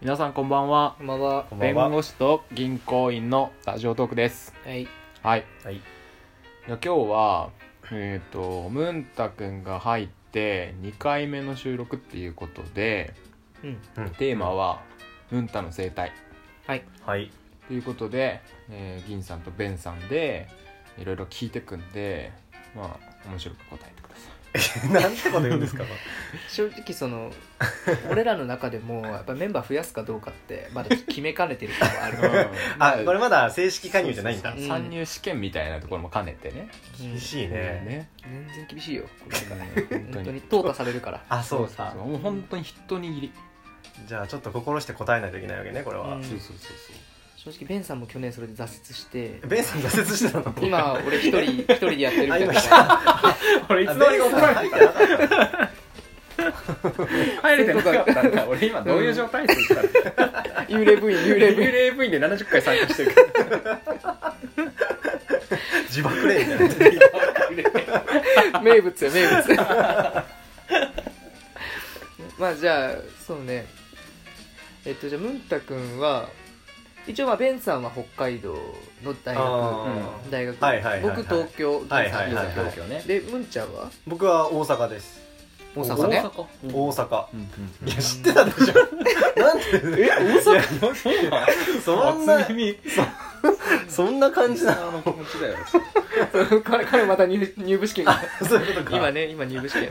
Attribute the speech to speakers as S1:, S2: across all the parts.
S1: 皆さんこんばんは
S2: こんばんは。
S1: 弁
S3: は
S1: 護士と銀行員のラジオトークです
S2: はい。
S1: はい
S3: はい
S1: いや今日はえっ、とムンタくんが入って2回目の収録っていうことで
S2: うん。
S1: テーマは「ムンタの生態」
S2: はい。
S3: はい
S1: ということで、えー銀さんとベンさんでいろいろ聞いてくんでまあ面白く答えてくださ
S3: なんてこと言うんですか
S2: 正直その俺らの中でもやっぱメンバー増やすかどうかってまだ決めかねてる感はあるから。
S1: い
S3: あこれまだ正式加入じゃないんだ
S1: そうそうそう参入試験みたいなところも兼ねてね
S3: 厳しいね
S1: ね
S2: 全然厳しいよ。これから
S1: 本
S2: 本当に淘汰されるから。
S3: あそうか
S1: もう本当に人握り
S3: じゃあちょっと心して答えないといけないわけねこれは
S2: うん
S1: そうそうそうそう
S2: 正直ベンさんも去年それで挫折して。
S3: ベンさん挫折してたの
S2: 今俺一人一人でやってるみた
S3: あ
S2: い
S3: 今
S2: な。
S3: 来た
S1: 俺
S3: いつの間にか怒られてなかった
S1: 入れてな かったんだ俺今どういう状態ですか
S2: 幽霊部員幽霊部員。
S1: 霊部員で70回参加してるから
S3: 自爆霊みたい な
S2: 名物よ名物まあじゃあそうねえっとじゃあムンタ君は一応まあベンさんは北海道の大学
S3: あー
S2: 大学、
S3: はいはいはいはい
S2: 僕東京銀さん
S3: はいはいはい
S2: 東
S1: ね
S2: 京でムンちゃんは
S3: 僕は大阪です
S2: 大阪ね
S3: 大阪
S1: うん
S3: いや知ってたでしょなんで
S1: え大阪そうな
S3: そんなそんな感じな
S1: の気持ちだよ
S2: 彼彼また入入部試験が
S3: そういうこと か
S2: 今ね今入部試験や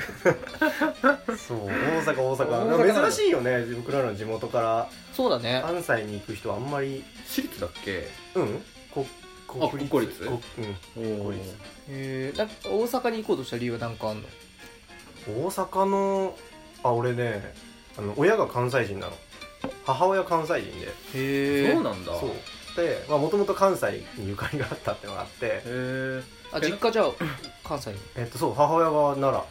S2: ってる
S3: そう大阪大
S1: 大阪な
S3: 阪
S1: の
S3: 珍しいよね僕らの地元か
S2: そうだね
S3: ら関西に行く人あんまり
S1: 私立だっけ
S3: うんこ国立
S1: 国立
S3: こうん
S1: お
S3: お
S1: ー
S2: えー、なんか大阪に行こうとした理由は何かあんの
S3: 大阪のあ俺ねあの親が関西人なの母親関西人で
S2: へえ
S1: なんだ
S3: そうでもともと関西にゆかりがあったってのがあって
S1: へ
S2: あ実家じゃあ関西に
S3: えっとそう母親が奈良
S2: へ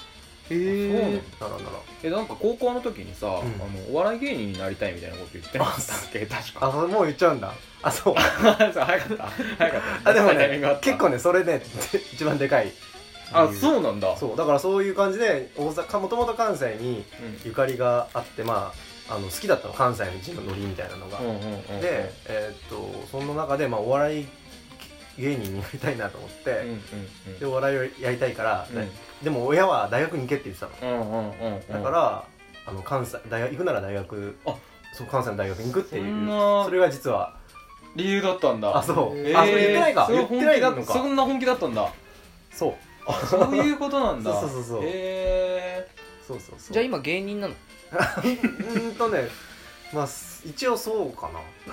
S2: え
S3: そうなんだ奈良奈
S1: えなんか高校の時にさ、
S3: ん
S1: あのお笑い芸人になりたいみたいなこと言ってなかったっけ確
S3: 良あ
S1: か
S3: それもう言っちゃうんだあそ
S1: そ
S3: う
S1: う早かった早かった
S3: あでも
S1: タイミングがあ
S3: ね
S1: った
S3: 結構ねそれね一番でかい
S1: あそうなんだ
S3: そうだからそういう感じで大阪もともと関西にゆかりがあってまああの好きだったの関西の地のノリみたいなのが、
S1: うんうんうんうん
S3: で、えーっとその中で、まあ、お笑い芸人になりたいなと思って、
S1: うんうん
S3: でお笑いをやりたいから、
S1: うん
S3: でも親は大学に行けって言ってたの
S1: うんうんうんうん
S3: だから、あの関西大学行くなら大学
S1: あ
S3: そう関西の大学に行くってい
S1: そ
S3: うん
S1: な
S3: それが実は
S1: 理由だったんだ
S3: あそう、
S2: へー
S3: あそれ言ってないか
S1: それ
S3: 言
S1: は
S3: っ
S1: 本気
S3: てないの
S1: だ
S3: か
S1: そんな本気だったんだ
S3: そう
S1: そういうことなんだ
S3: そうそうそうそう
S1: へ
S3: そうそうそう
S2: じゃあ今芸人なの
S3: うーんとねまあす一応そうか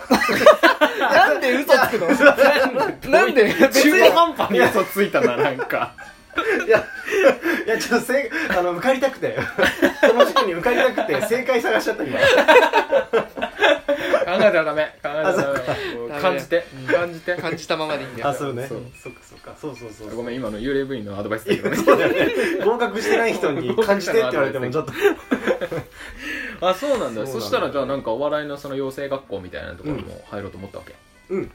S3: な
S2: なんで嘘つくの
S1: え
S2: なんで別
S1: 中
S2: に
S1: 途半端に嘘ついたななんか
S3: いや いやちょっとせんあの受かりたくて その試験に受かりたくて正解探しちゃった今
S1: 考えたらダメ考えたらダメもう
S2: ダメ
S1: 感じて
S2: うん
S1: 感じて
S2: 感じたままでいいんだ
S3: あ
S2: よ
S3: そうね
S1: そ
S3: そうっかそっかそうそうそう
S1: ごめん今の幽霊部員のアドバイスだ
S3: い
S1: けど
S3: や
S1: ね
S3: そうだよね合格してない人に感じてって言われてもちょっと
S1: あそうなんだ
S3: そうなんだ
S1: そしたらじゃあなんかお笑いのその養成学校みたいなところにも入ろうと思ったわけ、
S3: うん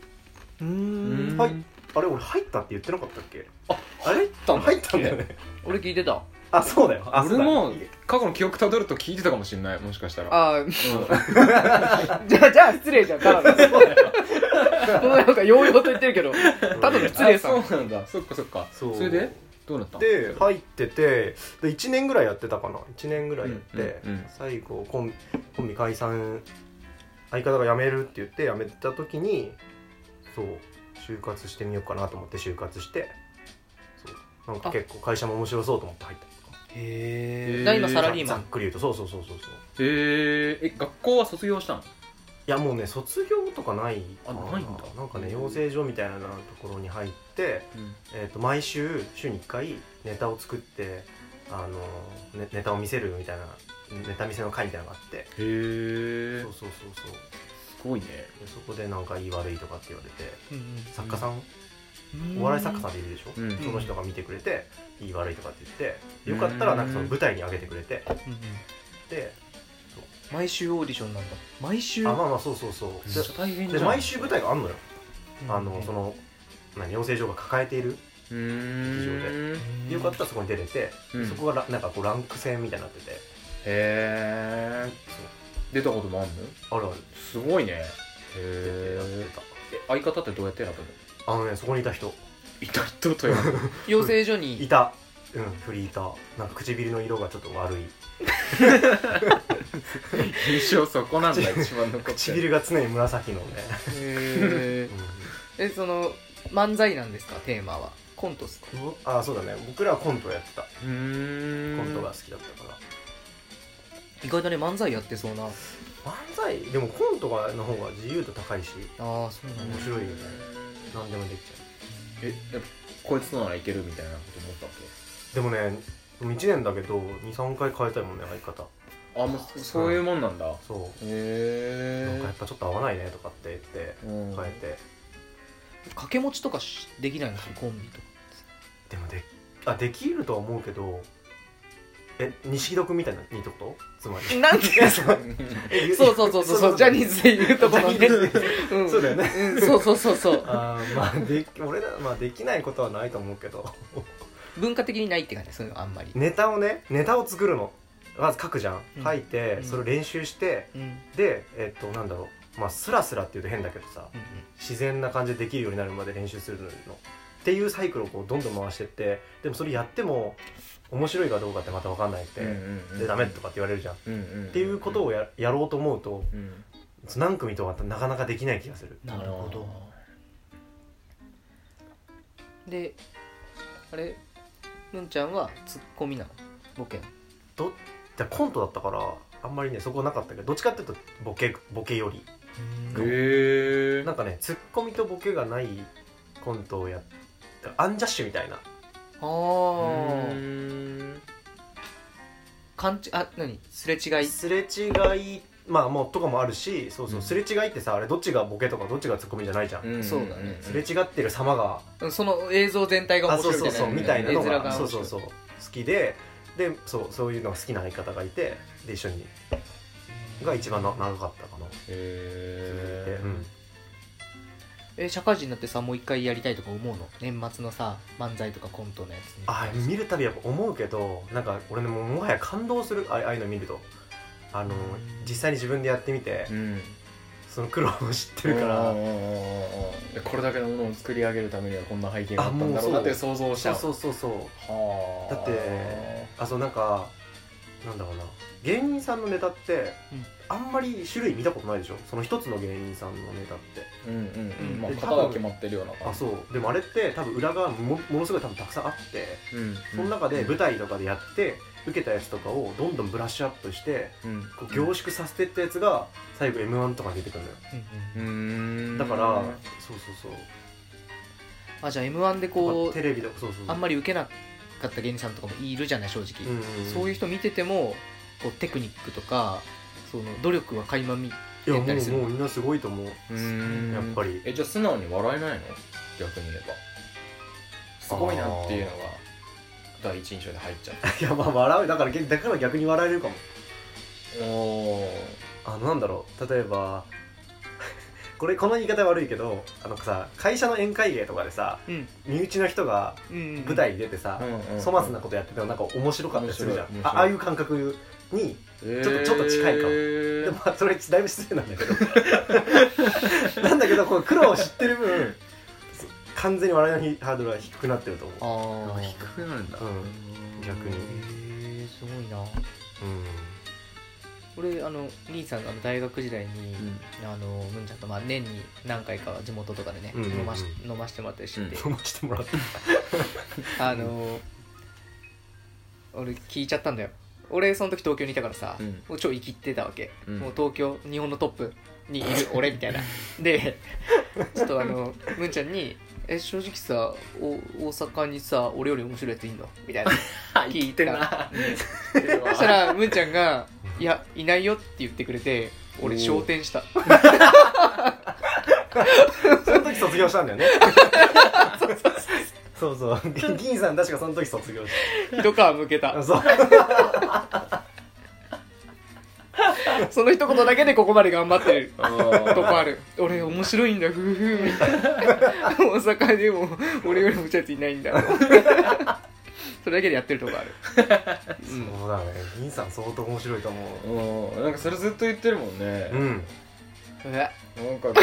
S2: うーん
S3: はいあれ俺入ったって言ってなかったっけ
S1: あれ入ったんだっけ
S3: 入ったんだよね
S2: 俺聞いてた
S3: あそうだよあ
S1: 俺も
S3: そうだ
S1: 過去の記憶たどると聞いてたかもしれないもしかしたら
S2: あー
S1: う
S2: じゃあじゃあ失礼じゃんただのなんかヨーヨーと言ってるけどただの
S1: ん
S2: 失礼さ
S1: あ
S2: ん
S1: そうなんだそっかそっか
S3: そう
S1: れでどうなったの
S3: で入っててで1年ぐらいやってたかな1年ぐらいやって、
S1: うんうんうん
S3: 最後コンコンビ解散相方が辞めるって言って辞めた時にそう就活してみようかなと思って就活してそうなんか結構会社も面白そうと思って入ったりとか
S2: へ
S1: ー
S2: え今サラリー
S3: ざ
S2: マ
S3: っ
S2: ン
S3: くり言うとそうそうそうそうそう
S1: えー、え学校は卒業したの
S3: いやもうね卒業とかない
S1: あ
S3: か
S1: ないんだ
S3: なんかね養成所みたいなところに入って、えー、と毎週週に1回ネタを作ってあの、ね、ネタを見せるみたいなネタ見せの会みたいなのがあって
S1: へえ
S3: そうそうそうそう
S1: すごいね
S3: でそこでなんか言い悪いとかって言われて作家さん、
S2: うん
S3: お笑い作家さんでいるでしょ、
S1: うん
S3: その人が見てくれて言い悪いとかって言ってよかったらなんかその舞台に上げてくれて
S2: うんうん
S3: で
S2: 毎週オーディションなんだ毎
S3: あ
S2: 週
S3: まあまあそうそうそう
S1: めっちゃ大変
S3: で
S1: じゃん
S3: で毎週舞台があんのよ
S2: うん
S3: あのその何養成所が抱えている
S1: うーんへ
S2: うん
S3: よかったらそこに出れて、
S1: うん
S3: そこがラなんかこうランク戦みたいになってて
S1: え
S3: そう
S4: 出たこともあんの
S3: あるある
S4: すごいねへ
S3: やって
S4: え
S3: た
S4: 相方ってどうやって選ぶの
S3: あのねそこにいた人
S4: いた人とやる
S2: 養成所
S3: い
S2: に
S3: たうんフリーターなんか唇の色がちょっと悪い
S4: 印象そこなん だ一番残ってる
S3: 唇が常に紫のね、
S2: へーえその漫才なんですかテーマはコントっすか
S3: うん、あそうだね僕らはコントやってた
S4: うーん
S3: コントが好きだったから、
S2: 意外とね漫才やってそうなあ
S3: 漫才でもコントがの方が自由度高いし
S2: あそうなんだ
S3: 面白いよね何でもできちゃ
S4: えやっぱこいつのならいけるみたいなこと思ったっ
S3: うでもねもう1年だけど23回変えたいもんね相方
S4: けあもうそそういうもんなんだへ
S3: そう、なんかや
S4: え
S3: っぱちょっと合わないねとかって言って
S4: うん
S3: 変えて、
S2: 掛け持ちとかしできないんですよコンビとか
S3: でもであできるとは思うけどえ錦戸君みたいなにってことつまり
S2: なんで
S3: え
S2: そうそうそうそうそうジャニーズで言うとこのね、うん、
S3: そうだよね
S2: うん、そうそうそうそう
S3: あーまあでき俺ら、まあ、できないことはないと思うけど
S2: 文化的にないって感じそういうのあんまり、
S3: ネタをねネタを作るのまず書くじゃん
S2: うん
S3: 書いて、
S2: うん
S3: それを練習して
S2: うんうん
S3: でえっとなんだろうまあスラスラって言うと変だけどさ
S2: うん、
S3: 自然な感じでできるようになるまで練習するのっていうサイクルをこうどんどん回してってでもそれやっても面白いかどうかってまた分かんないって、でダメとかって言われるじゃん、っ
S4: うんうんうん
S3: ていうことをややろうと思うと
S4: うん
S3: 何組とはなかなかできない気がする
S2: なるほどであれむんちゃんはツッコミなのボケ
S3: どじゃあコントだったからあんまりねそこはなかったけどどっちかっていうとボケボケより
S4: へえ
S3: なんかねツッコミとボケがないコントをやったアンジャッシュみたいな
S2: あー勘違あ何すれ違い
S3: すれ違いまあもうとかもあるしそうそう、
S4: うん
S3: すれ違いってさあれどっちがボケとかどっちがツッコミじゃないじゃん、
S2: そうだね
S3: すれ違ってる様が、
S2: うんその映像全体が
S3: あ
S2: 面
S3: そう
S2: 白い
S3: そうそうみ
S2: み
S3: た
S2: た
S3: い
S2: い
S3: な
S2: な
S3: の
S2: ね絵面
S3: が
S2: が
S3: そ
S2: 面
S3: うそ
S2: 白
S3: う
S2: い
S3: そう好きででそうそういうのが好きな相方がいてで一緒にが一番な長かったかな
S4: へ
S3: うん
S2: え社会人になってさもう一回やりたいとか思うの年末のさ漫才とかコントのやつに
S3: あ見るたびやっぱ思うけどなんか俺ねもうもはや感動するあああいうの見るとあの実際に自分でやってみて
S4: えうん
S3: その苦労を知ってるから
S4: うんうんうんうんうんこれだけのものを作り上げるためにはこんな背景があったんだろうなって想像しち
S3: そ
S4: ゃ
S3: う
S4: う
S3: そうそうそう
S4: はあ
S3: だってあそうなんかなんだろうな芸人さんのネタって、
S2: うん
S3: あんまり種類見たことないでしょその一つの芸人さんのネタって
S4: うんうん
S2: う
S4: うんんまあ
S3: で
S4: 型は決まってるような
S3: あ
S4: 感じ
S3: そうでもあれって多分裏側もものすごい多分たくさんあって
S4: うん
S3: その中で舞台とかでやって、受けたやつとかをどんどんブラッシュアップして
S4: うん
S3: こう凝縮させてったやつが最後 m 1とかに出てくるのよ
S2: うんうん
S4: うん
S3: だから、そうそうそう
S2: あじゃあ m 1でこ
S3: テレビとかそうそう
S2: うあんまり受けなかった芸人さんとかもいるじゃない正直、
S3: うんうんうん
S2: そういう人見ててもこうテクニックとかその努力は垣間見
S3: いや
S2: やったりす
S3: も
S2: る
S3: うもうみんなすごいと思う
S4: うん
S3: やっぱり
S4: えじゃあ素直に笑えないの逆に言えばすごいなっていうのが第一印象で入っちゃっ
S3: いやまあ笑うだから逆だから逆に笑えるかも
S4: たおー
S3: あのなんだろう例えば これこの言い方悪いけどあのさ会社の宴会芸とかでさ
S2: うん
S3: 身内の人が
S2: うん
S3: 舞台に出てさ、
S4: うんうん
S3: 粗末なことやっててもなんか面白かったりするじゃ
S4: 面
S3: ん
S4: 白い面
S3: あ
S4: 白い
S3: ああいう感覚に
S4: えー
S3: ちょっとちょっと近いかもでもまあそれだいぶ失礼なんだけど なんだけどこの苦労を知ってる分そ完全に笑いのハードルは低くなってると思う
S2: ああ
S4: 低くなるんだ
S3: うん逆
S2: へ
S3: に
S2: えすごいな
S3: うん
S2: 俺あの兄さんがあの大学時代に、
S4: うん
S2: あのむんちゃんとまあ年に何回かは地元とかでね、
S3: うんうんうん
S2: 飲まし飲ましてもらったりしてて、
S3: 飲ましてもらって
S2: あの俺聞いちゃったんだよ俺その時東京にいたからさ、
S4: うん
S2: もう超生きってたわけ、
S4: うん
S2: もう東京日本のトップにいる 俺みたいなでちょっとあのむんちゃんに「え正直さお大阪にさ俺より面白いやついんの?」みたいな聞いたらそしたらむんちゃんが「いやいないよ」って言ってくれて俺
S4: おー
S2: 昇天した
S3: その時卒業したんだよね そうそう銀さん確かその時卒業し
S2: 一皮むけ
S3: た
S2: た
S3: そう
S2: その一言だけでここまで頑張ってる
S4: あ
S2: とこある俺面白いんだ夫婦みたいな大阪でも俺よりもちゃついないんだそれだけでやってるとこある、うん、
S3: そうだね銀さん相当面白いと思う
S1: うんなんかそれずっと言ってるもんね
S3: う、ん
S2: え
S1: なんか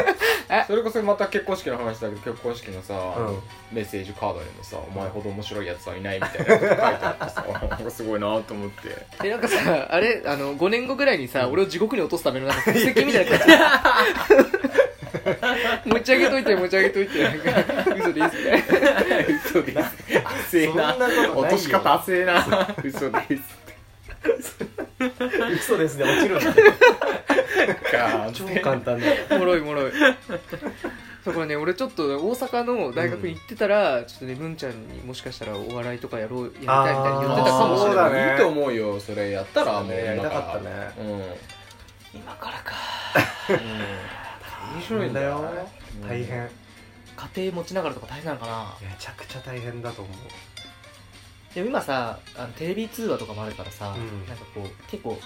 S1: それこそまた結婚式の話だけど結婚式のさ、
S3: うん
S1: メッセージカードにもさ「お前ほど面白いやつはいない」みたいなのが書いてあ ってさなんかすごいなと思って
S2: えなんかさあれあの5年後ぐらいにさ、俺を地獄に落とすためのなんか布石みたいな感じ持ち上げといて持ち上げといてなんか嘘でいいっすみたいな
S1: 嘘です
S3: そ
S1: 汗
S3: んなことないよ
S1: 落とし方汗えな 嘘です
S3: 嘘ですね落ちるんだ
S1: か
S3: 超 簡単だよ
S2: おもろいおもろいだからね俺ちょっと大阪の大学に行ってたら、ちょっとね文ちゃんにもしかしたらお笑いとかやろうやりたいみたいに言ってたかもし
S3: そ
S2: れ
S3: う
S2: ない
S3: だね
S1: いいと思うよそれやったらもう
S3: やりたかった
S1: ね
S3: ね
S1: う
S2: 今からか
S1: ん、面白いんだよ
S3: 大変
S2: 家庭持ちながらとか大変なのかな
S3: めちゃくちゃ大変だと思う
S2: でも今さあのテレビ通話とかもあるからさ、
S3: うん
S2: なんかこう結構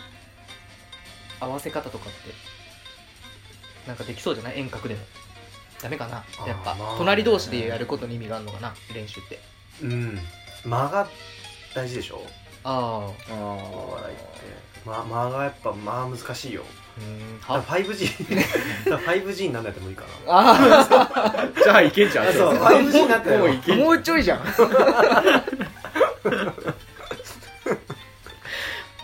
S2: 合わせ方とかってなんかできそうじゃない遠隔でもダメかな
S3: あー
S2: やっぱ、
S3: まあね
S2: 隣同士でやることに意味があるのかな練習って
S3: うん間が大事でしょ
S2: ああ
S1: あ
S3: お
S1: あ
S3: 笑いって間間がやっぱ間難しいよ
S2: うーん
S3: だ
S2: は
S3: から 5G だから 5G になんないと無理かな
S2: あ
S1: じゃあいけんじゃん
S3: あそう 5G になったら
S1: もういけ
S2: あ
S1: んじゃん
S2: もうちょいじ ゃん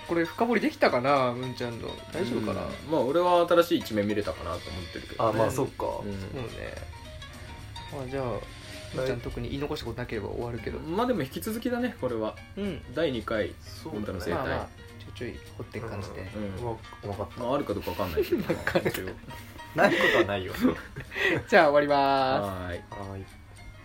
S2: これ深掘りできたかなむんちゃんの大丈夫かな、
S1: うんまあ俺は新しい一面見れたかなと思ってるけど
S3: あまあそっか
S1: う
S2: もうねまあじゃあむんちゃん特に言い残したことなければ終わるけど
S1: んまあでも引き続きだねこれは
S2: うん
S1: 第2回
S3: そう
S1: だね
S3: だ
S1: 絶
S2: ま
S3: ね
S2: あ
S1: 対
S2: まあちょいちょい掘っていく感じで、
S1: う
S3: うんまうまかった
S1: まああるかどうかわかんないけど
S2: わかんない
S1: 一応
S3: ないことはないよ
S2: じゃあ終わります
S1: はーい
S3: はーい